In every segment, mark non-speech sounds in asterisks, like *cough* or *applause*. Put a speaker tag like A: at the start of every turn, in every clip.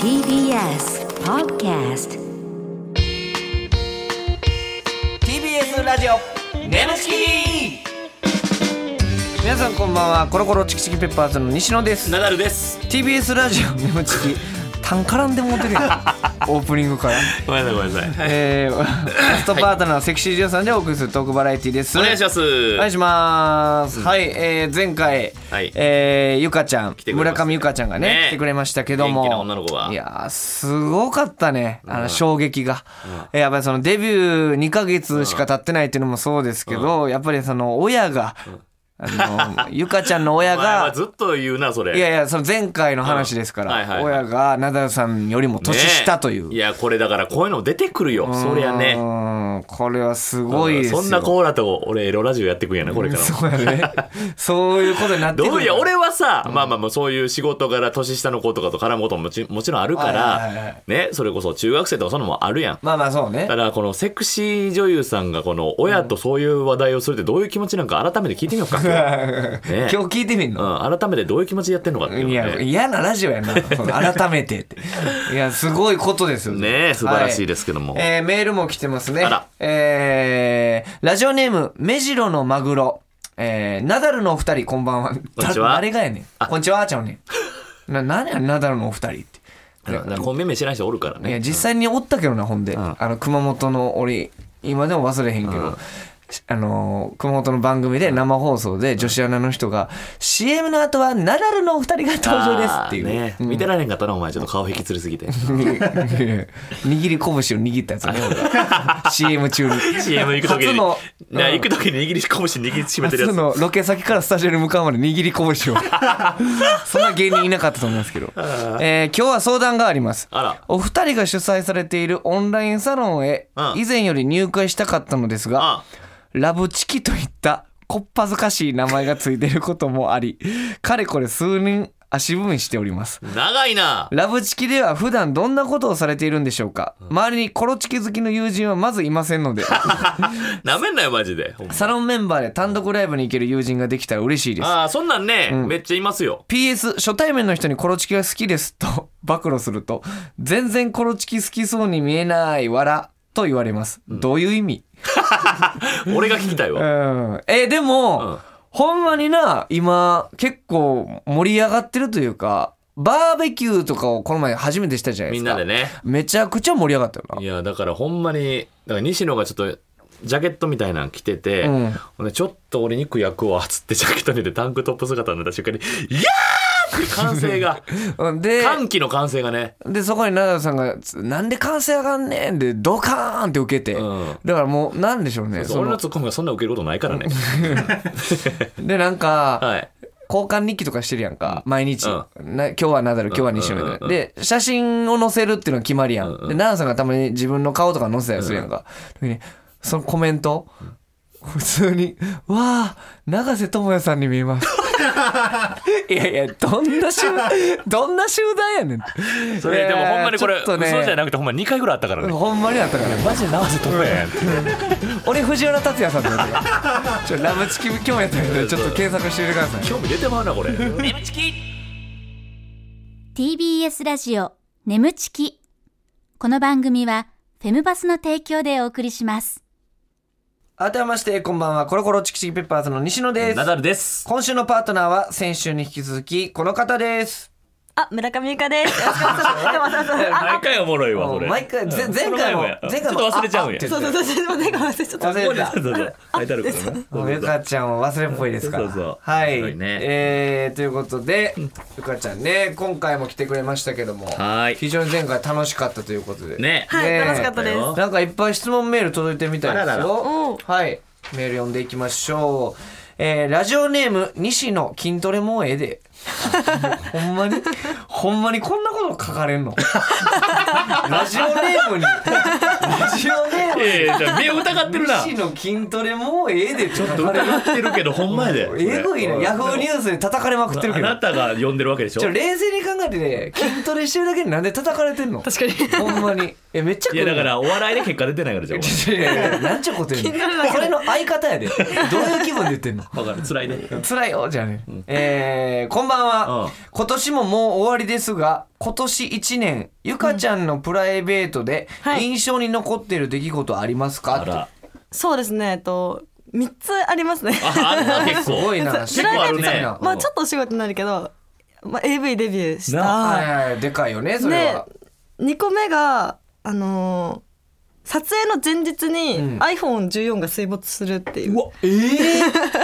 A: TBS Podcast
B: TBS ラジオ
C: ムチ
B: 皆さんこんばんはコロコロチキチキペッパーズの西野です
C: ナダルです。
B: TBS ラジオネムチキタン絡んでもうてる
C: *laughs*
B: やんオープニングから、
C: ごめんなさい、ごめんなさい。
B: えー、ラストパートナーのセクシージュンさんでお送りするトークバラエティです
C: お願いします。
B: お願いします、はい、えー、前回、
C: はい
B: えーゆかちゃん、
C: てくれまし
B: 村
C: た
B: 上ゆかちゃんがね
C: ね
B: 来てくれましたけども
C: 元気な女の子が
B: いやーすごかったねあの衝撃が、えーやっぱりそのデビュー2ヶ月しか経ってないっていうのもそうですけど、やっぱりその親が、あのゆかちゃんの親
C: *laughs* お前は
B: が
C: ずっと言うな、それ。
B: いやいやその前回の話ですから、
C: うんはいはいはい
B: 親がナダルさんよりも
C: ね
B: 年下という、
C: いや、これだから、こういうの出てくるよ。そりゃ
B: う
C: ね。
B: ーんこれはすごいですよ、
C: そんな子らと、俺、エロラジオやってくんやな、これからも。
B: そうやねそういうことになってくる
C: どういや俺はさ、まあまあまあそういう仕事柄年下の子とかと絡むことももちもちろんあるから、
B: はいはいはいはい
C: ねそれこそ中学生とかそんなのもあるやん
B: まあまあそうね
C: ただこのセクシー女優さんがこの親とそういう話題をするってどういう気持ちなんか改めて聞いてみよう
B: *laughs*
C: か、ね
B: 今日聞いてみんの、
C: うん、改めてどういう気持ちでやってんのかっていう
B: い
C: の
B: や
C: ね
B: 嫌なラジオやなその改めて
C: *laughs*
B: っていやすごいことですよ
C: ねえ素晴らしいですけども
B: はいえーメールも来てますね
C: あら
B: えーラジオネーム目白のマグロ、えーナダルのお二人こんばんは
C: んにちは
B: だ誰がやねんこんにちはあーちゃうねんな何やナダルのお二人って
C: うんだからコンビ名知らない人おるから
B: いや
C: ね
B: 実際におったけどなほんで、あの熊本の俺今でも忘れへんけど、しあのー熊本の番組で生放送で女子アナの人が CM の後はナダルのお二人が登場ですっていう、
C: あーね見てられんかったなお前ちょっと顔引きつり
B: *laughs*
C: すぎて
B: 握り拳を握ったやつね俺が CM 中に
C: CM 行く時
B: 初
C: に
B: の
C: な
B: うん
C: 行く時に握り拳握りしめてるや
B: 初
C: つ
B: のロケ先からスタジオに向かうまで握り
C: *laughs*
B: 拳をそんな芸人いなかったと思いますけど、えー今日は相談があります
C: あら
B: お二人が主催されているオンラインサロンへ
C: うん
B: 以前より入会したかったのですが、
C: あ
B: ラブチキといったこっぱずかしい名前がついていることもありかれこれ数人足踏みしております
C: 長いな
B: ラブチキでは普段どんなことをされているんでしょうか周りにコロチキ好きの友人はまずいませんの
C: *laughs*
B: で
C: なめんなよマジでほんま
B: サロンメンバーで単独ライブに行ける友人ができたら嬉しいです
C: ああそんなんね、めっちゃいますよ
B: PS 初対面の人にコロチキが好きですと *laughs* 暴露すると全然コロチキ好きそうに見えない笑と言われます、どういう意味
C: 俺が聞きたいうわ
B: んえでも、
C: うん
B: ほんまにな今結構盛り上がってるというかバーベキューとかをこの前初めてしたじゃないで
C: み
B: す
C: ん
B: か
C: なでね
B: めちゃくちゃ盛り上がったよない
C: やだからほんまにだから西野がちょっとジャケットみたいなの着てて、
B: うん
C: ほんでちょっと俺肉焼くわっつってジャケットに入れてタンクトップ姿になった瞬間に「いやー!」って歓声が
B: うんで
C: 歓喜の歓声がね
B: でそこにナダルさんが「なんで歓声上がんねん」でドカーンって受けて、
C: うん
B: だからもうなんでしょうねそ
C: 俺
B: の
C: のツッコミがそんな受けることないからね
B: でなんか、
C: はい
B: 交換日記とかしてるやんか、毎日、
C: う
B: な今日はナダル今日は西野みたいな、
C: うんうんうん
B: で写真を載せるっていうのは決まりやん、
C: うんうん
B: でナダルさんがたまに自分の顔とか載せたりするやんか、時にそのコメント、普通に「わあ永瀬智也さんに見え
C: *laughs*
B: ます」いやいやどんな集どんな集団やねん
C: それでもほんまにこ
B: い
C: れ
B: やーちょ
C: 嘘
B: っとね
C: じゃなくてほんま2回ぐらいあったからね
B: ほんまにあったから
C: マジで直せとめやんって
B: 俺藤原竜也さん
C: *laughs*
B: だよちょラブチキ今日やったんでちょっと検索してみてください
C: 興味出てまうなこれ
D: TBS ラジオ眠ちきこの番組はフェムバスの提供でお送りします
B: 改めましてこんばんはコロコロチキチキペッパーズの西野です
C: ナダルです
B: 今週のパートナーは先週に引き続きこの方です
E: あ、村上由香です。よろしくお願いしま
B: *laughs*
E: す。
C: 毎回おもろいわ
B: も
C: こ
B: う
C: れ
B: 毎回ぜ
C: うん
B: 前
C: この
B: 回も
C: もや
B: 前回も
C: ちょっと忘れちゃうん
B: ああ
C: や
B: って
E: そうそうそう、ちょっと待って、ごめんなさい、ちょっと。
B: 忘れ
C: そう
B: た
C: そうそう書いてあるからな
B: もうゆかちゃんは忘れっぽいですから
C: そうそうそう
B: はい
C: 面白いね
B: えーということでゆかちゃんね今回も来てくれましたけども
C: はい
B: 非常に前回楽しかったということで
C: ね
E: はい、
B: ねえ
E: 楽しかったです。
C: だよ
B: なんかいっぱい質問メール届いてるみたいですよ
C: あららら
E: うん
B: はいメール読んでいきましょうえーラジオネーム西野筋トレもうええで *laughs* ほんまにほんまにこんなこと書かれんの *laughs* ラジオネームにラジオネームに
C: ええじゃあ目を疑ってるな
B: 西野筋トレもうええでって書
C: ちょっと
B: かれる
C: 疑ってるけど、ほんまやで。
B: えぐいなヤフーニュースで叩かれまくってる
C: あ
B: けど
C: なたが呼んでるわけでしょ
B: ちょ。冷静に考えてね筋トレしてるだけでなんで叩かれてんの確かにほんまにえめっちゃ
C: い
B: 来
C: や、
B: る
C: だから、お笑いで結果出てないから、じゃあ
B: いやいやいやなんちゅうこと言うのそれの相方やでどういう気分で言ってんの
C: お前。わかる、辛いね。
B: 辛いよじゃあね、えーこんばんは、
C: うん
B: 今年ももう終わりですが今年1年ゆかちゃんのプライベートで
E: はい
B: 印象に残ってる出来事ありますか、
C: あら。
E: そうですねえっと三つありますね
C: あ、あるな、結
B: す
C: 構。
B: ご
E: *laughs*
B: いな
C: 結構ある
B: 知らない
C: ね
B: や。つ
E: まあちょっとお仕事になるけど、まあ、AV デビューし
B: は
E: た
B: いはいでかいよねそれ
E: で
B: は、
E: 2個目があのー撮影の前日に
B: うん
E: iPhone14 が水没するっていう、
C: わ、ええ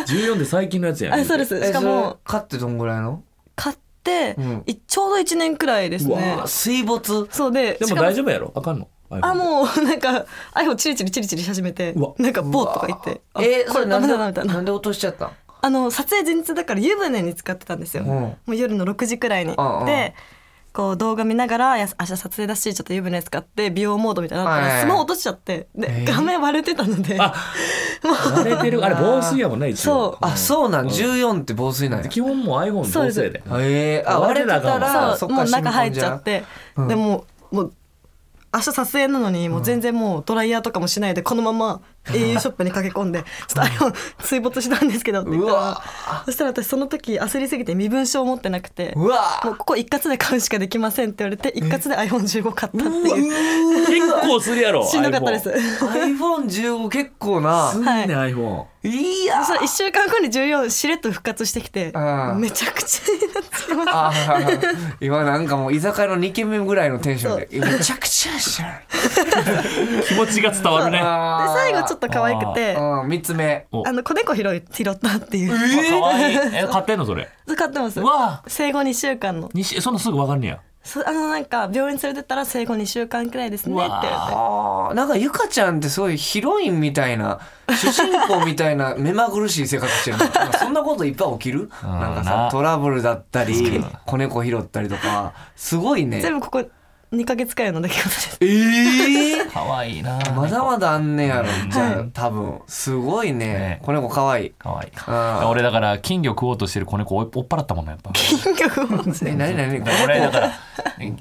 C: 14で最近のやつやね。
E: あそうで。す
B: え
E: しか
B: それ
E: も
B: 買ってどんぐらいの
E: 買って、
B: うん
E: いちょうど1年くらいです
C: う
E: ね
C: わ
B: 水没
E: そうで
C: で
E: し
C: も
E: か
C: 大丈夫やろあかんの
E: あもうなんか iPhone チリチリチリチリし始めて
C: うわ
E: なんかボーとか言ってあ
B: えー、
E: こ
B: そ
E: れ
B: れな
E: ダ
B: ん
E: メ
B: で
E: だなみたい
B: な
E: なん
B: で落としちゃったん
E: あの撮影前日だから湯船に浸かってたんですよ、
B: うん
E: もう夜の6時くらいに、
B: うんうん
E: でこう動画見ながらいや明日撮影だしちょっと湯船使って美容モードみたいになったら、
B: はい
E: スマホ落としちゃってで、
B: えー
E: 画面割れてたので
C: あ
E: *laughs*
C: 慣れてる。あれ、防水やもんね、一応
E: そ。
B: あそうなん、
C: ん
B: 14って防水なんや
C: 基本もう iPhone
E: そ
C: 防
E: うです
C: 水で。
B: えー、あ割
C: 割
B: れ
C: れ
B: て
C: なあか
B: た
C: んわ
B: ら
E: そう
B: っか
E: もう中入っちゃ
B: 染み込ん
E: っ
B: じ
E: て、
B: うん
E: でもうもう明日撮影なのにもう全然もうドライヤーとかもしないでこのまま au ショップに駆け込んで「ちょっと iPhone 水没したんですけど」って言った
B: うわ
E: らそしたら私その時焦りすぎて身分証持ってなくて。
B: うわ
E: もうここ一括で買うしかできませんって言われて一括で iPhone15 買ったっていう
C: 結構するやろ。
E: *laughs* しんどかったです
C: iPhone
E: そ
B: iPhone15 結構な
C: すんね、
E: はい
C: iPhone。
B: いや
E: れ1週間後に14しれっと復活してきて
B: うん
E: めちゃくちゃになってま
B: あー今なんかもう居酒屋の2軒目ぐらいのテンションでめちゃくちゃやしゃ
C: 気持ちが伝わるね。あ
E: すで最後ちょっ
B: っ
E: と可愛くて
B: とうん3つ目
C: お
E: あの子猫拾い拾ったっていう、
C: 可愛い。え、買ってんのそれ。
E: そう買ってます
C: うわ
E: 生後2週間の
C: にしそんなすぐわかんねや。
E: そあのなんか病院連れてったら生後2週間くらいですねって言われて
B: あーなんかゆかちゃんってすごいヒロインみたいな主人公みたい
E: *laughs*
B: な目まぐるしい生活してるのなんかそんなこといっぱい起きる
C: うん
B: なんかさ
C: な
B: トラブルだったり子猫拾ったりとかすごいね
E: 全部ここ2ヶ月くらいの出来事です *laughs*
B: ええ
C: 可愛いな。
B: まだまだあんねやろ
C: うん
B: じゃ
E: は
B: あ
E: い
B: 多分すごいね
C: ね
B: 子猫かわいい
C: 可愛い。
B: あ
C: 俺だから金魚食おうとしてる子猫追い追っ払ったもんねやっ
E: *laughs*
C: ぱ。
E: 金魚を持って
B: え何何
C: だから俺だから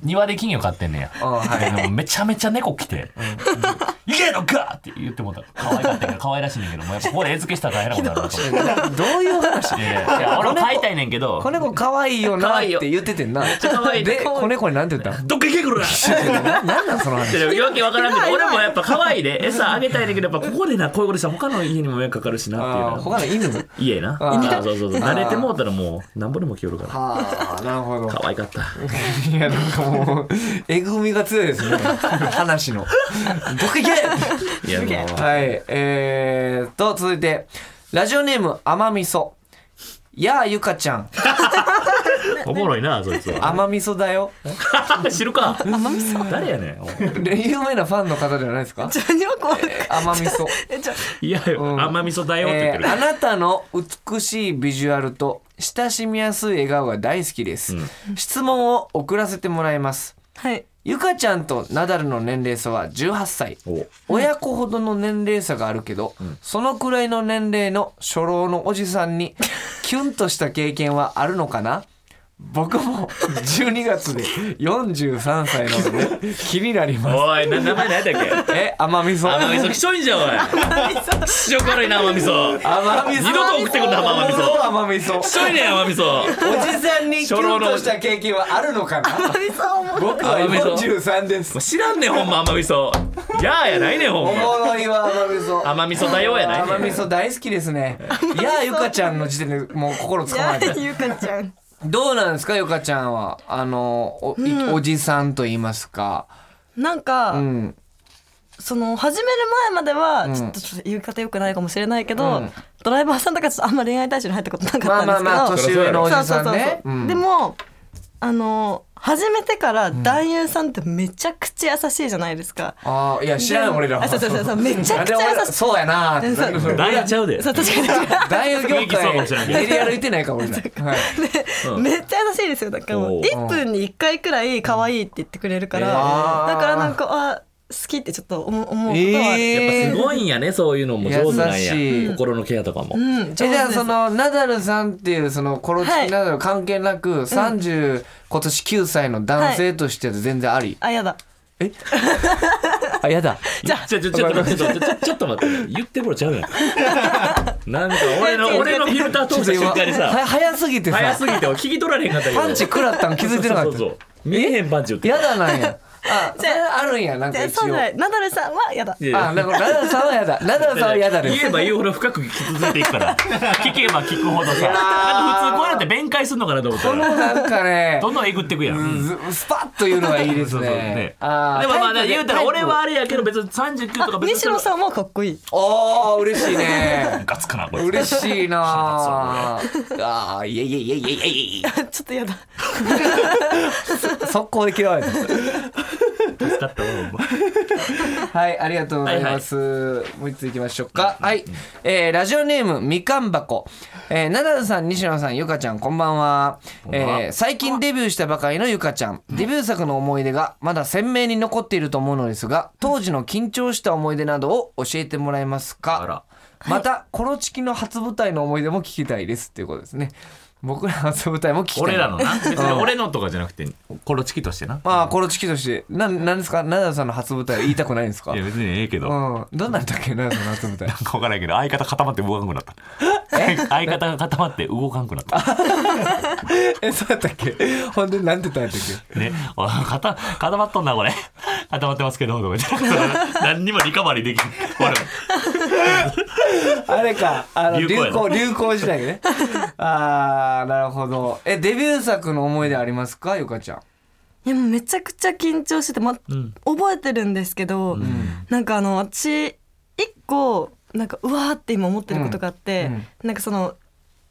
C: 庭で金魚飼ってんねや。
B: あはい
C: でもめちゃめちゃ猫来て「逃げろか!」って言ってもうた可愛かったから可愛らしいねんけどもうやっぱここで餌付けしたら大変なことになるなと思っ
B: どういう *laughs* 話
C: ていやいやいや俺も飼いたいねんけど
B: 子猫かわいいよなって言っててんな。
C: ちゃ可愛い
B: で、子猫になんて言ったん *laughs*
C: どっか行けくるな!」
B: ななんなんその話。
C: わけわからんけど俺もやっぱ可愛いで餌あげたいねんけどやっぱここでなこういうことしたら他の家にも迷惑かかるしなっていう
B: あー
C: な
B: 他の犬も。
C: 家な
B: あー
C: あーそうそうそう慣れてもうたらもうなんぼでも来よるから
B: ああ、なるほど。
C: 可愛かった
B: いや、なんかもう、えぐみが強い
C: *laughs*
B: ですね。話の。どけけ
C: いやもう
B: はい、えーっと、続いて、ラジオネーム、甘味噌。やあ、ゆかちゃん。
C: おもろいなそいつは
B: 甘味噌だよ。
C: 知るか誰やねんおい
B: で有名なファンの方じゃないですか
E: 自分にも怖く
B: 甘味
C: *laughs*
B: 噌。
E: えちょ
C: いや
B: うん
C: よ甘味噌だよって言っ
B: え
C: てる
B: ーあなたの美しいビジュアルと親しみやすい笑顔が大好きです、質問を送らせてもらいます
E: はい
B: ゆかちゃんとナダルの年齢差は18歳
C: お
B: 親子ほどの年齢差があるけど、そのくらいの年齢の初老のおじさんにキュンとした経験はあるのかな僕
C: *laughs*
B: も12月で43歳なので気になります
C: おいな名前何やったっけ
B: え甘味噌
C: 甘味噌きしょいんじゃんおい気色悪いな甘味噌
B: 甘味噌
C: 二度と送ってくるな甘味噌
B: 甘味噌
C: きしょいねん甘味噌
B: おじさんにキ
C: 初
B: ュ
C: 老
B: ン
C: の
B: とした経験はあるのかな
E: *laughs*
B: 僕は43です
C: 知らんねんほんま甘味噌やあやないねんほ
B: お
C: ん
B: も
C: ま
B: ろいわ甘味噌
C: 甘味噌だよやない
B: 甘
C: ね
B: 味
C: ん
B: 噌大好きですねいやゆかちゃんの時点でもう心つかまえて
E: ゆうかちゃん
B: *laughs* どうなんですかゆかちゃんはあのお,い、おじさんと言いますか
E: なんか、
B: うん
E: その始める前までは、
B: ん
E: ちょっとちょっと言い方よくないかもしれないけど、
B: うん
E: ドライバーさんとかちょっとあんま恋愛対象に入ったことなか
B: ま
E: っ
B: あ
E: たんで
B: ますあまあ年
C: ですけ
E: けど、
C: ど
B: 上のおじさんね
E: そうそうそうそう
B: うん
E: でもあの始めてから男優さんってめちゃくちゃ優しいじゃないですか。
B: ああいや知らんよ俺らは
E: あそうそうそう
B: *laughs*
E: そうめちゃくちゃ
B: なんで
E: 優
B: 俺
E: しい。
B: そうやなーって
E: そうそう
C: だいちゃうで
E: 確かに。
B: 大学業
C: 雰囲気そうかもしれん
B: 界
C: けど
B: 練り歩いてないから俺
E: *laughs*
B: らはい
C: うん
E: めっちゃ優しいですよだからもう
C: おー
E: 1分に1回くらい可愛いって言ってくれるから、
B: うんえー
E: だからなんかあ好きってちょっと思う思うことはある、
B: えー
C: やっぱすごいんやねそういうのも上手なん
B: 優しい
C: や心のケアとかも
E: うん上手
B: えじゃあ
E: です
B: そのナダルさんっていうそのコロチ
E: は
B: キ
E: い
B: ナダル関係なく30、今年9歳の男性として全然あり、
E: あやだ
B: あやだ
C: ちょちょちょちょちょちょちょちょっと待って言ってもらっちゃうやんなんか俺の俺のフィルター通した瞬間にさ
B: は早すぎて
C: 早
B: さ
C: すぎて聞き取られへんかったけど
B: パンチ食らったん気づいてなか
C: そ
B: っ
C: うそうそう
B: た
C: そう見えへんパンチ打って
B: やだなんやあじゃあるんやなんか
E: で
B: 一
E: そう
B: 応
E: じゃないナダルさんはやだ
C: いやいや
B: あなんかラダさんはやだラダさんはやだです
C: 言えば言うほど深く傷ついていくから
B: *laughs*
C: 聞けば聞くほどさなんか普通こういうのって弁解するのかなと思った
B: この
C: ら
B: なんかね
C: どんどんえぐってくやん、
B: ずスパッと言うのがいいです
C: そうそう
B: ね
C: ね。
B: あー
C: でもまあ
B: タイプ
C: 言うたら俺は
B: タイ
C: あれやけど別に39とか別に
E: 西野さんもかっこい *laughs* い
B: プおー嬉しいね。
C: ガツかなこれ
B: 嬉しいなあ。
C: *laughs*
B: あーいえいえいえいえいえいえ。
E: ちょっとやだ
B: 速攻で嫌われた。
C: 助かったわほんま
B: はいありがとうございます。もう一ついきましょうか。はい、えーラジオネームみかん箱。えー、ナダルさん西野さんゆかちゃんこんばんは、
C: んばんは
B: えー最近デビューしたばかりのゆかちゃんデビュー作の思い出がまだ鮮明に残っていると思うのですが当時の緊張した思い出などを教えてもらえますか
C: あら
B: またコロチキの初舞台の思い出も聞きたいですっていうことですね僕らの初舞台も聞きたい
C: 俺らのな別に俺のとかじゃなくてコロチキとしてな
B: まあコロチキとしてななんですかナダルさんの初舞台言いたくないんですか
C: いや別にええけど、
B: う
C: な
B: ん
C: ん
B: どんなんだっけナダルさんの初舞台
C: か分からんけど相方固まって動かんくなった相方が固まって動かんくなった *laughs*
B: えそうやったっけほんでなんて言ったんやったっ
C: ね、あ固固まっとんなこれ固まってますけどとか言って
B: *laughs*
C: 何にもリカバリーできんほら
B: けあれかあの流
C: 流行や
B: 行
C: な
B: 流行時代
C: *laughs*
B: ねあーなるほどえデビュー作の思い出ありますかゆか
C: *laughs*
B: ちゃん
E: いやもうめちゃくちゃ緊張してて、ま
C: ん
E: 覚えてるんですけど、なんかあの私一個なんかうわーって今思ってることがあって、
B: うんうん
E: なんかその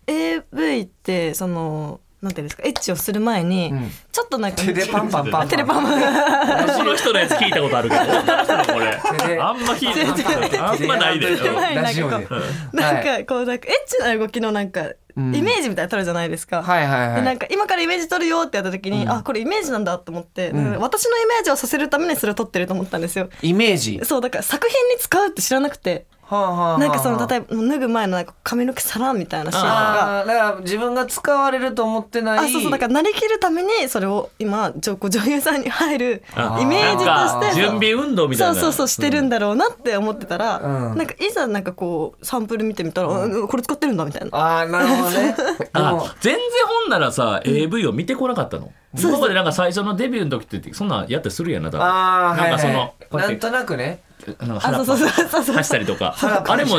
E: AV ってそのなんていうんですかエッチをする前に、
B: うん
E: ちょっとなんか
B: 手でパンパンパンパン
E: テレパン
C: この人のやつ聞いたことある
E: *laughs*
C: けど女の人のこ
B: それ
C: れ
B: で
C: あんま聞いたあんまないで
B: 手やってる
E: うん
B: ラジオで
E: なんか
B: うん
E: なん
B: はい
E: かこうなんかエッチな動きのなんかイ
B: ん
E: メージみたいなの取るじゃないですか。
B: はいはいはい
E: でなんか今からイメージ取るよってやった時に、あこれイメージなんだと思って、
B: ん
E: なんか私のイメージをさせるためにそれを取ってると思ったんですよ。
B: イメージ
E: そうだから作品に使うって知らなくて
B: はあはあはあ
E: なんかその例えば脱ぐ前のなんか髪の毛さらんみたいなシーンとか
B: あーだから自分が使われると思ってない
E: あそうそうだからなりきるためにそれを今ちょこう女優さんに入る
C: あ
E: イメージ
C: なん
E: と
C: か
E: して
C: 準備運動みたいな
E: そうそうそうしてるんだろうなって思ってたら、
B: うん
E: なんかいざなんかこうサンプル見てみたら、うんこれ使ってるんだみたいな。
B: ああなるほどねでも
C: *laughs* あ全然ほんならさ AV を見てこなかったの今までなんか最初のデビューの時ってそんなんやってするやんな多分
B: ああ
C: な
B: は
C: んか
B: い
C: その、
B: はい
C: こうや
B: な
C: っ
B: ん
C: て
B: となくね
C: あの
E: あ
C: 腹
E: そうそうそうそうそう
C: 走ったりとか
B: 腹
C: あ
B: パ
C: れ
B: ン
C: も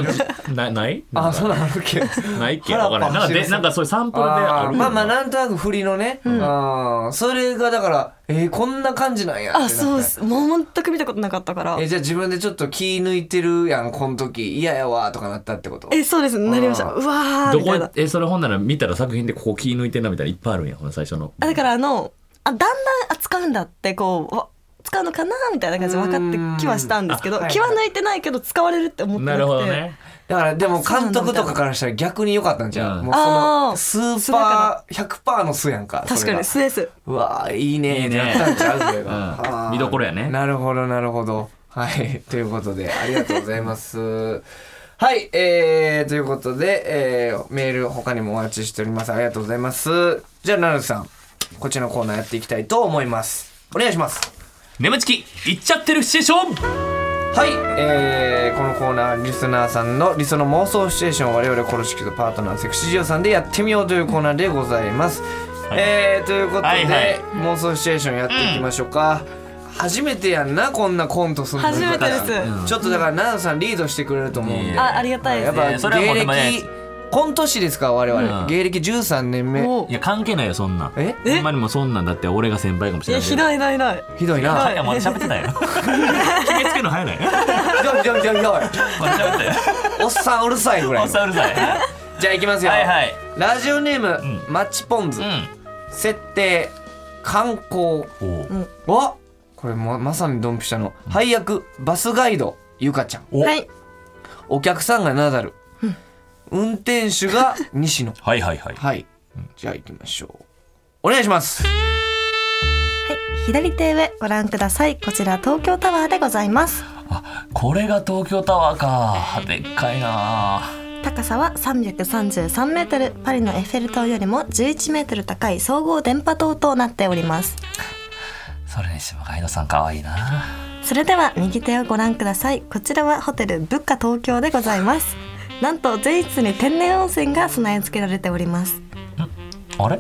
C: なない
B: あ
C: な
B: ー
C: んか
B: そうなのけ
C: ないっけ
B: 腹
C: わ
B: パ
C: か
B: ン
C: ら
B: し
C: ないなんか
B: て
C: で
B: る
C: なんかそういうサンプルであ
B: あ
C: る
B: ー
C: よ
B: まあまあ
C: な
B: なんとなく振りのね、あーそれがだからえーこんな感じなんやってな
E: あ
B: った
E: そうっすもう全く見たことなかったから
B: えーじゃあ自分でちょっと気抜いてるやんこの時嫌やわとかなったってこと
E: えそうですなりました
B: あ
E: うわー
C: ど
E: みたい
C: こ
E: な
C: えそれほんなら見たら作品でここ気抜いてんなみたいないっぱいあるんやほんな最初の
E: あだからあのあだんだんあ使うんだってこうわ使うのかなみたいな感じで分かってきはしたんですけど
B: うんあはい
E: 気は抜いてないけど使われるって思ってな
C: な
E: くて
C: るほどね
B: だからでも監督とかからしたら逆に良かったんじゃん、
C: うん
B: もうそ
E: あ
B: の
E: ー
B: スーパー100%の巣やんか
E: 確かに
B: そ
E: 素です
B: れがうわーいいねーってなったんちゃうそれが
C: うん
B: あー
C: 見どころやね
B: なるほどなるほどはい *laughs* ということでありがとうございますはいえー、ということで、えー、メール他にもお待ちしておりますありがとうございますじゃあナルさんこっちのコーナーやっていきたいと思いますお願いします
C: 眠ちきいっちゃってるシチュエーション
B: はい、えーこのコーナーリスナーさんの理想の妄想シチュエーションを我々コロシキとパートナーセクシージオさんでやってみようというコーナーでございます、
C: はい
B: えーということで、
C: はいはい
B: 妄想シチュエーションやっていきましょうか、初めてやんなこんなコントするの
E: 初めてです
B: ちょっとだから奈々さんリードしてくれると思うんで
C: ね
E: あありがたいで
B: や
E: す
B: っ
E: ね
B: ぱ
C: それはも
B: 芸
C: うでもね
B: 歴コント師ですから我々、
C: うん
B: 芸歴13年目
E: もう
C: いや関係ないよそんなん
B: え
C: ほんまにもうそんなんだって俺が先輩かもし
E: い
C: れ
E: や
C: ない
E: ひど
B: ひど
E: いひどいひどい
B: いな
C: やまだ喋ってないよ決めつけるの早ない
B: ひどいひどいひどいひどい
C: まだ喋ってない
B: おっさんうるさいぐら
C: お
B: い
C: っ
B: の
C: さんうるさい
B: じゃあいきますよ、
C: はいはい
B: ラジオネーム、
C: う
B: マッチポンズ、
C: う
B: 設定観光
C: ん
B: わこれままさにドンピシャの配役バスガイドゆかちゃん
C: おお
E: はい
B: お客さんがナダル運転手
C: *laughs*
B: が西野
C: はいはいはい
B: はいじゃあ行きましょうお願いし
C: *laughs*
B: ます
E: 左手上ご覧くださいこちら東京タワーでございます
C: これが東京タワーかでっかいな
E: 高さは333メートルパリのエッフェル塔よりも11メートル高い総合電波塔となっております
C: それにしてもガイドさん可愛いな
E: それでは右手をご覧くださいこちらはホテルブッカ東京でございますなんと全室に天然温泉が備え付けられております
C: あれ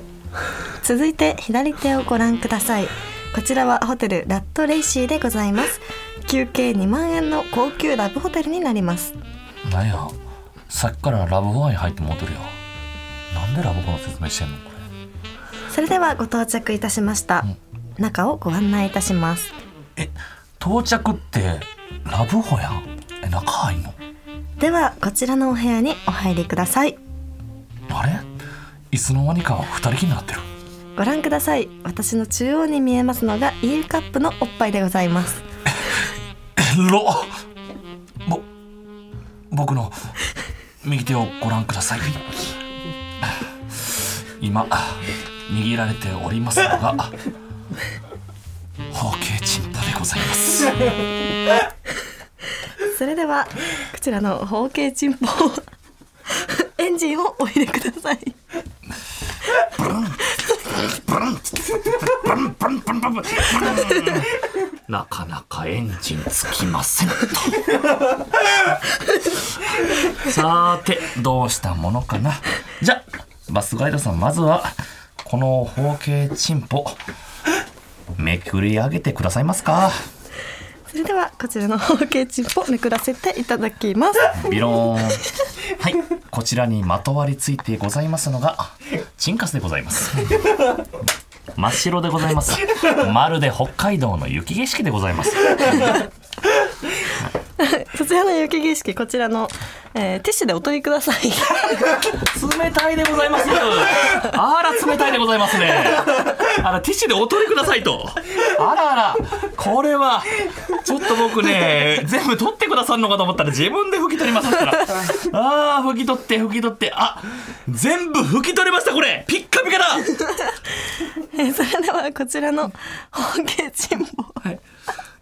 E: 続いて左手をご覧くださいこちらはホテルラットレイシーでございます休憩2万円の高級ラブホテルになります
C: なんやさっきからラブホワイン入って戻るよなんでラブホの説明してんのこ
E: それではご到着いたしました中をご案内いたします
C: れえ到着ってラブホやんえ中入んの
E: ではこちらのお部屋にお入りください
C: あれいつの間にか二人きりになってる
E: ご覧ください私の中央に見えますのがイールカップのおっぱいでございます
C: えろぼ僕の右手をご覧ください今握られておりますのが方形チンポでございます
E: それではこちらの方形チンポ *laughs* エンジンをお入れください
C: なかなかエンジンつきませんとさてどうしたものかなじゃあバスガイドさんまずはこの方形チンポめくり上げてくださいますか
E: それではこちらの方形チンポめくらせていただきます
C: ビローンはいこちらにまとわりついてございますのがチンカスでございます真っ白でございますまるで北海道の雪景色でございます
E: そちらの雪景色こちらの、えーティッシュでお取りください
C: 冷たいでございます。あら、冷たいでございますね。あら、ティッシュでお取りくださいと。あらあら、これは、ちょっと僕ね、全部取ってくださるのかと思ったら自分で拭き取りますから。ああ、拭き取って、拭き取って、あ、全部拭き取れました、これ。ピッカピカだ。
E: えーそれではこちらの方形チンポ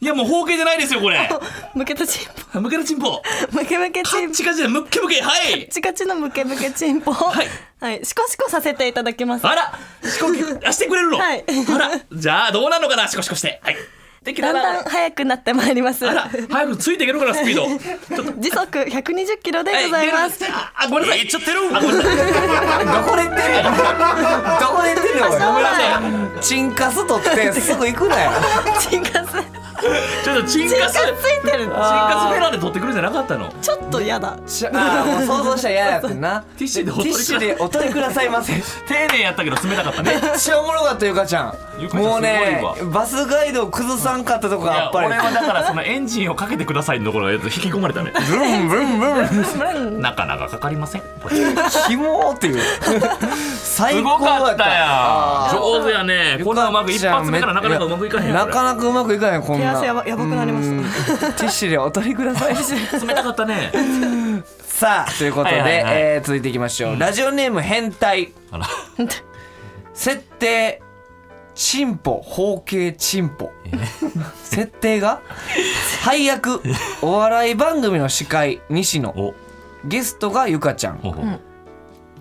C: いや、もう包茎じゃないですよ、こ
E: *laughs*
C: れ。
E: むけたチン
C: むけのチンポ。
E: ポむけむけ
C: カ
E: チン
C: ッ
E: ポ
C: チカチでむっけむけ、はい。、
E: チカチのむけむけチンポはいはい、シコシコさせていただきます
C: あら、しこき、あ、してくれるの。
E: はい
C: あら、じゃあ、どうなるのかな、シコシコして。はい。でき
E: だ
C: た
E: んだん速くなってまいります
C: あら、早くついていけるからスピード。ちょっと
E: 時速120キロでございます
C: え出るああ、ごめんなさい。言っちゃってる。あ、ごめんなさ
B: ど
C: い。*laughs*
B: こで言ってんねんどこで言ってんねんおい
C: ごめんなさい。
B: チンカス取ってすぐ行くな
C: *laughs*
B: よ
E: *laughs* チンカス
C: ちょっとチンカス。チ
E: チンカスついて
C: チ
E: る
C: ンカスフェラーで取ってくるんじゃなかったの。
E: ちょっと嫌だ
B: しあーもう想像したら嫌やってんな
C: ティッシュでお
B: ティ
C: 取
B: ッ
C: りくだ
B: シュでお取りくださいま
C: *laughs*
B: せ
C: 丁寧やったけど冷たかった
B: めっ
C: ね。
B: ちゃおもろかったゆかちゃ
C: ゆか
B: ん
C: ちゃん
B: もう
C: す
B: ね
C: ごい
B: バスガイドを崩さんかったとこ
C: い
B: があ
C: や
B: っぱ
C: 俺
B: り
C: はだからそのエンジンをかけてくださいのところが引き込まれたね
B: ブンブンブン
C: なかなかかかりません
B: キモーっていう最
C: す
B: 高
C: ご
B: だ
C: か
B: っ
C: ったたよ上手やねこんなうまく
B: ゆか
C: 一
B: ちゃん
C: 発目からなかなかうまくいかへんよ
B: な
C: これ
B: かなかうまくいかないこん
E: 手
B: な
E: 汗やばやばくなりました
B: たティッシュでお取りくださ
E: *laughs*
B: い
C: 冷たかったね
B: さあということで
C: はいはいはい
B: えー続いていきましょう、ラジオネーム変態
C: *laughs* あら
B: 設定チンポ包茎チンポ設定
C: *laughs*
B: が配役お笑い番組の司会西野
C: お
B: ゲストがゆかちゃん
C: お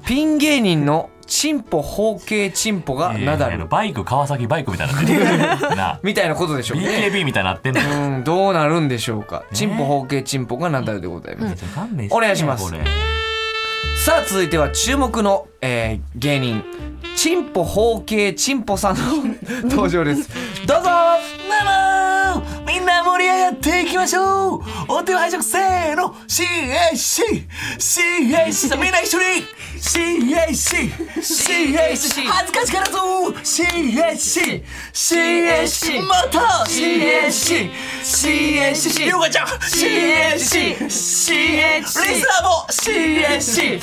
B: ピン芸人のチンポ包茎チンポがナダル
C: バイク川崎バイクみたいになって
B: *laughs*
C: るなあ
B: みたいなことでしょうね
C: BKB みたいになってんの
B: うんどうなるんでしょうかチンポ包茎チンポがナダルでございます
C: 勘弁して
B: お願いします
C: これ
B: さあ続いては注目の、えー芸人チンポ包茎チンポさんの *laughs* 登場ですどうぞ
C: ママみんな盛り上がっていきましょうお手を拝借せーの CACCAC さあみんな一緒に CACCAC 恥ずかしからず CACCAC また CACCAC ヨガちゃん CACCAC リスナーも CACCAC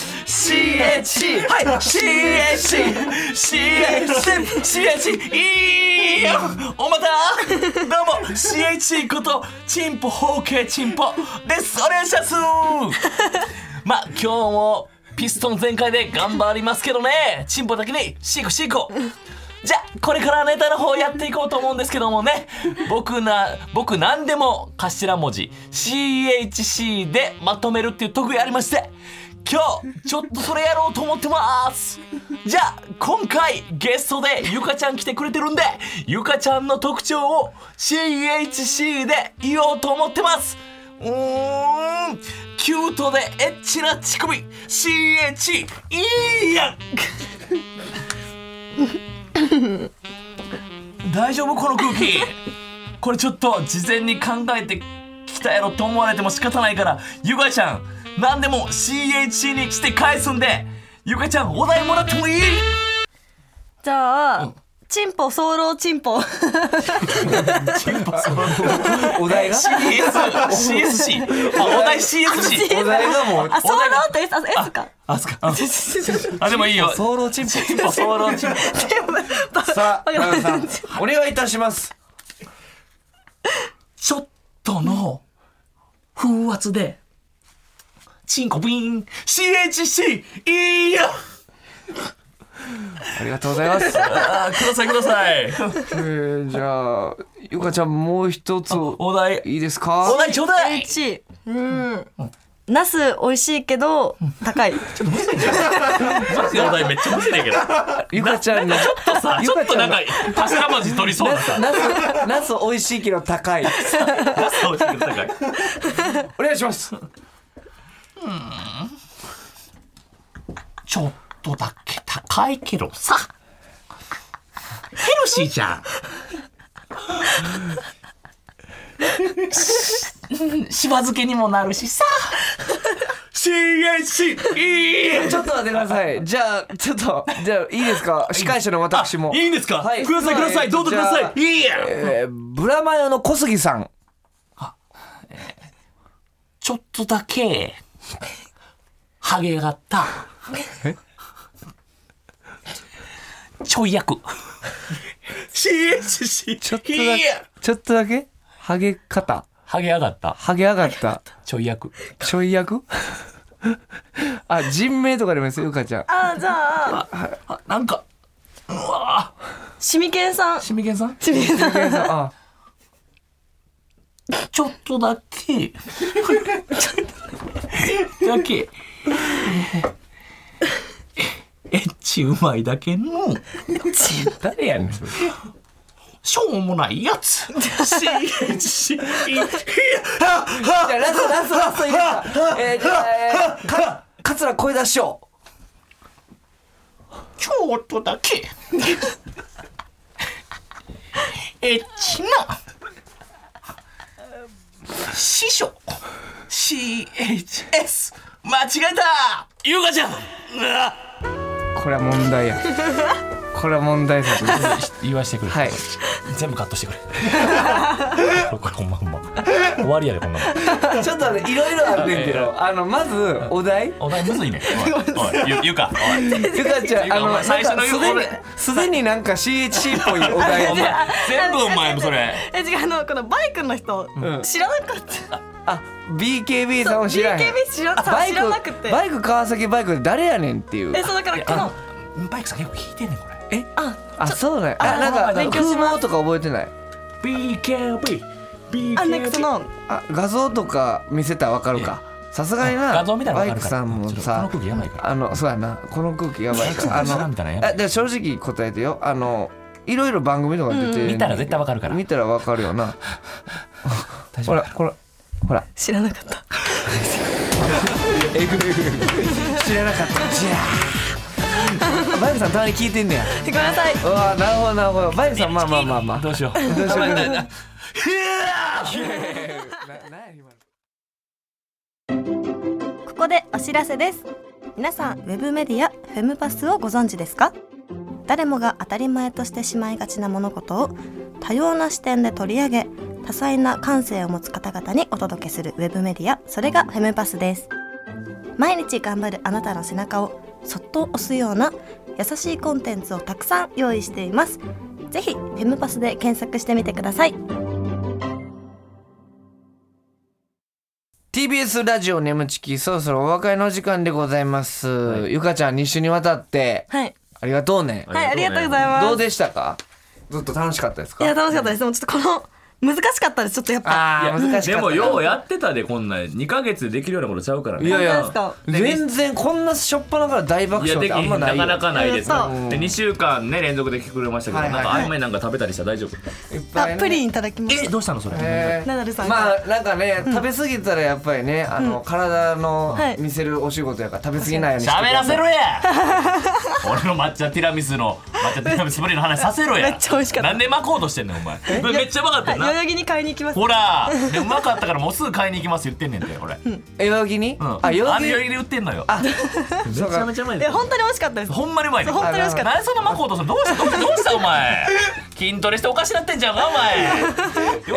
C: はい CACCAC いいよおまたどうも CAC ことチンポ包茎チンポですお願いしますまあ今日もピストン全開で頑張りますけどねチンポだけにシーコシーコじゃあこれからネタの方やっていこうと思うんですけどもね僕な僕何でも頭文字 CHC でまとめるっていう特技ありまして今日ちょっとそれやろうと思ってますじゃあ今回ゲストでゆかちゃん来てくれてるんでゆかちゃんの特徴を CHC で言おうと思ってますうーん今日キュートでエッチな乳首 CH いいやん大丈夫この空気これちょっと事前に考えてきたやろと思われても仕方ないからゆかちゃん何でも CH にして返すんでゆかちゃんお題もらってもいい
E: じゃあ、チンポ、早漏チン *laughs* ポ。
B: お題が
C: CSCSC あお題 CSC
B: お題がもう
E: あ、早漏って、あ、S か。
C: あそっかああでもいいよ
B: ソロチンポ
C: おソロチン
B: さあ、ラウさん、お願いいたします。
C: ちょっとの風圧で、チンコビーン、CHC、いいよ
B: ありがとうございます。
C: *laughs* あーくださいください。
B: えー、じゃあ、ゆかちゃん、もう一つ、
C: お題、
B: いいですか
C: お題ちょうだい
E: H。うん。ナス美味しいけど、高い。
C: マジでお題めっちゃむずい *laughs* ねんけど。
B: ゆかちゃんの、
C: ちょっとさ、
B: ゆ
C: ちょ
B: か
C: っと
B: ちゃ
C: なんん
B: の
C: か、頭文字取りそうださ。
B: ナス、ナス美味しいけど高い。
C: そうしてください
B: お願いします。
C: ちょっとだけ高いけどさ、ヘルシーじゃん。しば漬けにもなるしさ。CHE!
B: ちょっと待ってください。じゃあ、ちょっと、じゃあ、いいですか司会者の私も。
C: いいんですか、
B: はい
C: くださいくださいどうぞくだ
B: じゃ
C: さ
B: あ
C: いいいや
B: えーブラマヨの小杉さん。
C: ちょっとだけハゲがったちょい役 CHC
B: ちょっとだけ、ちょっとだけハゲ方。
C: ハゲ上がった
B: ハゲ上がった。
C: ちょい役
B: ちょい役あ、人名とかありますゆかちゃん。
E: あ、じゃあ、
C: あなんかうわぁ
E: シミケンさん。
C: しみけんさん
E: シミケンさん。
B: ゆかさんあ
C: ちょっとだけちょっとだけえーエッチうまいだけの
B: 誰やねんそれ
C: しょうもないやつ CHC
B: じゃあラストラストラストいいですかえーじゃあえーか桂声出しよ
C: ちょっとだけ。エッチな。師匠。CHS。間違えた優香ちゃん
B: うこれは問題や *laughs* これは問題作ですは
C: 言わしてくれ、
B: い
C: 全部カットしてくれ。これこれほんまほんま。終わりやでこんなもん。
B: ちょっとねいろいろあんねんけどあのまずお題
C: お題むずいね。おい、おいゆゆか。お
E: *laughs*
C: い
B: ゆかちゃんあ
C: *laughs* お
B: の
C: 前最初の
B: すで
C: お
B: に
C: 題
B: すでになんか CHC っぽいお題
C: *laughs* お前全部お前もそれ。
E: え、違う、あの、このバイクの人、知らなかった。
B: あ BKB さんを知らへん
E: BKB 知ら
B: あバイ
E: 知らなくて
B: クバイク川崎バイクで誰やねんっていう
E: え、そうだから、この、
C: バイクさん結構聞いてんねんこれ。
B: あそうだよあなんか
E: 勉強し
B: 空
E: ます
B: 母とか覚えてない
C: BKB。
E: あ、なんかその、
B: あ画像とか見せたらわかるかさすがにな
C: 画像見たらわ
B: バイ
C: かる
B: ク
C: から
B: さんも
C: こ
B: さ
C: の空気やばいから
B: あのそうやなこの空気やばいから
C: バイクさんも知らんみたいなのやばい
B: あで正直答えてよあのいろいろ番組とか出てる
C: 見たら絶対わかるから
B: 見たらわかるよ
C: *laughs*
B: な
C: 大
B: ほ
C: 丈夫
B: らほらほら
E: 知らなかった。
B: えぐいえぐい知らなかったじゃあバイクさんたまに聞いてんねや
E: ごめんなさい。
B: うわなるほどなるほどバイクさんまあまあまあまあ
C: どうしよう。どう
B: し
C: *laughs*
B: よう
E: ここでお知らせです皆さんウェブメディアフェムパスをご存知ですか誰もが当たり前としてしまいがちな物事を多様な視点で取り上げ多彩な感性を持つ方々にお届けするウェブメディアそれがフェムパスです毎日頑張るあなたの背中をそっと押すような優しいコンテンツをたくさん用意していますぜひフェムパスで検索してみてください
B: TBS ラジオ眠ちきそろそろお別れの時間でございます、ゆかちゃん2週にわたって
E: はい
B: ありがとうね
E: はいありがとうございます
B: どうでしたかずっと楽しかったですか
E: いや楽しかったですでもちょっとこの難しかったですちょっとやっぱ
B: ああ
C: いや
B: 難し
C: で
B: かった
C: もようやってたでこんなん2ヶ月でできるようなことちゃうからね
B: いやい
E: 本
B: や
E: 当ですか
B: 全然こんなしょっぱなから大爆
C: いや
B: 笑って
C: でき
B: あ
C: ひ
B: ん
C: ん
B: ま
C: な
B: ないよ
C: かなかないです
E: そう
C: で2週間ね連続で来てくれましたけど
B: は
C: ないん
B: はい
C: かあんまりなんか食べたりしたら大丈夫
B: いっ
E: あ
B: ぱいね
E: プリンいただきまし
C: え
E: た
C: どうしたのそれ
B: えー
E: ナダルさんが
B: まあなんかね食べ過ぎたらやっぱりねあの体の
E: はい
B: 見せるお仕事やから食べ過ぎないようにしてくださ
C: 喋
B: い
C: らせろ
B: *laughs*
C: や俺の抹茶ティラミスの抹茶ティラミスプリンの話させろや
E: めっちゃ美味しかった
C: なんで巻こうとしてんねんお前これめっちゃうまかったよ
E: はい代
C: な
E: 々木に買いに行きます
C: ほらでうまかったからもうすぐ買いに行きます言ってんねんて俺うん
B: 代々木にあ代
C: あ
B: 々
C: れ
B: 木
C: より売ってんのよ
B: あ
C: めち
B: そう
C: ゃ
B: か
C: めちゃうまい
E: え
C: ね
E: 本当に美味しかったです
C: ほんまにうまいね
E: そう本当に美味しかった
C: 何そんなマコうとするのどうしたどうしたどうしたお前筋トレしておかしなってんじゃんか
E: *laughs*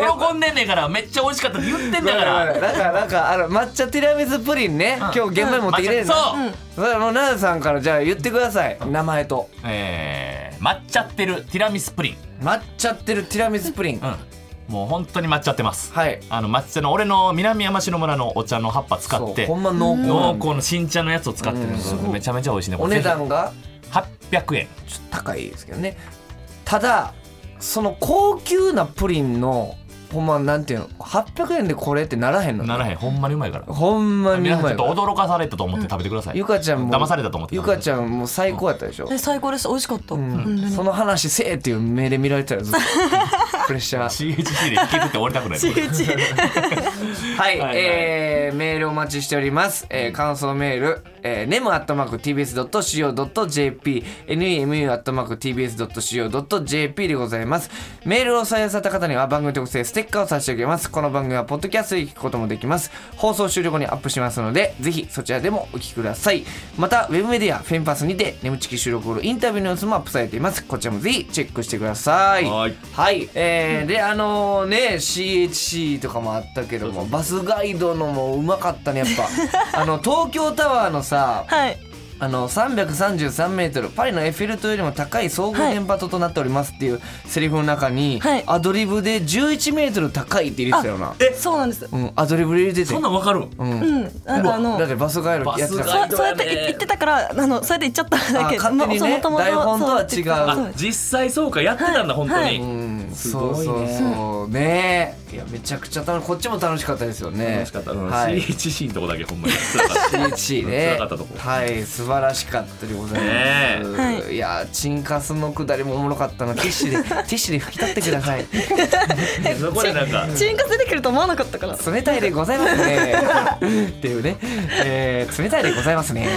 C: お前喜んでんねんからめっちゃ美味しかったって言ってんだか
B: な
C: ら
B: んかなんかあの抹茶ティラミスプリンね、今日現場に持ってきてる
C: そ
B: の、
C: う、
B: それもう奈良さんからじゃあ言ってください名前と
C: えー、抹茶ってるティラミスプリン
B: 抹茶ってるティラミスプリン、
C: うんもう本当に抹茶ってます
B: はい
C: あの抹茶の俺の南山城村のお茶の葉っぱ使って
B: そうほんま濃厚
C: 濃厚の新茶のやつを使ってるん
B: うん
C: ですす
B: ごい
C: めちゃめちゃ美味しいね
B: お値段が
C: 800
B: ちょ
C: 円
B: っと高いですけどねただその高級なプリンのほんまなんていうの800円でこれってならへんの
C: ならへんほんまにうまいから
B: ほんまにう
C: 皆さん
B: ま
C: ちょ
B: い
C: っと驚かされたと思って食べてください
B: ゆかちゃんも
C: 騙されたと思って
B: ゆかちゃんもう最高やったでしょ、
E: え最高です美味しかった、
B: うんその話せえっていう目で見られてたよず
C: *laughs*
B: っとプレッシャー
C: CHC で引きずって終わりたくない
B: *laughs* はい、
C: はいはい
B: えーメールお待ちしております。えー感想メール、えー、nemu アットマーク tbs ドット co ドット jp、nemu アットマーク tbs ドット co ドット jp でございます。メールを採用された方には番組特製ステッカーを差し上げます。この番組はポッドキャストで聞くこともできます。放送終了後にアップしますので、ぜひそちらでもお聞きください。また、ウェブメディアフェンパスにて、ネムチキ収録後のインタビューの様子もアップされています。こちらもぜひチェックしてください。
C: はい
B: はい、えー、であのね CHC とかもあったけどもバスガイドのもうまかったねやっ
C: *laughs*
B: ぱあの東京タワーのさ
E: はい
B: あの333メートルパリのエッフェル塔よりも高い総合電波塔となっておりますっていうセリフの中に、
E: はい
B: アドリブで11メートル高いって入れてたよな
E: えそうなんです
B: うんアドリブで入れてて
C: そんなんわかるん
B: うん
E: うんなんかあの
B: だってバスガイドやってた
C: バス
B: から
C: ガイ
E: そ
C: ド
E: うそうやって言ってたからあのそうやって言っちゃったんだけど
B: あ勝手にね
E: もうそうもともと
B: 台本とは違う
E: そうやって言ってたそう
C: あ
E: です
C: 実際そうかやってたんだ本当
E: はい
C: に
B: うん
C: すごい
B: そ
C: ね
B: うそうそうねいやめちゃくちゃ楽しこっちも楽しかったですよね
C: 楽しかったうん
B: はい
C: CHC のとこだけほんまに辛かった
B: CHC ね
C: 辛かったとこ
B: はい素晴らしかったでござい
C: ね
B: ます、い、やーチンカスのくだりもおもろかったなティッシュ
C: *laughs*
B: でティッシュで拭き取ってください
C: そこでなんか
E: チンカ出てくると思わなかったから
B: 冷たいでございますね
C: *laughs*
B: っていうね、えー冷たいでございますね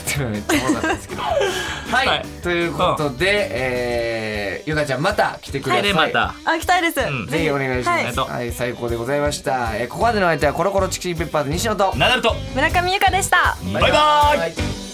B: っていうのめっちゃおもろかったですけどはい、
C: はい
B: ということで、えーゆかちゃんまた来てください、
C: でまた
E: あ行きたいです、
C: ん
B: ぜひお願いします、
C: はい
B: はい、最高でございました、えーここまでの相手はコロコロチキチキペッパーズ西野と
C: ナダルと
E: 村上由香でした
C: バイバイ
B: イ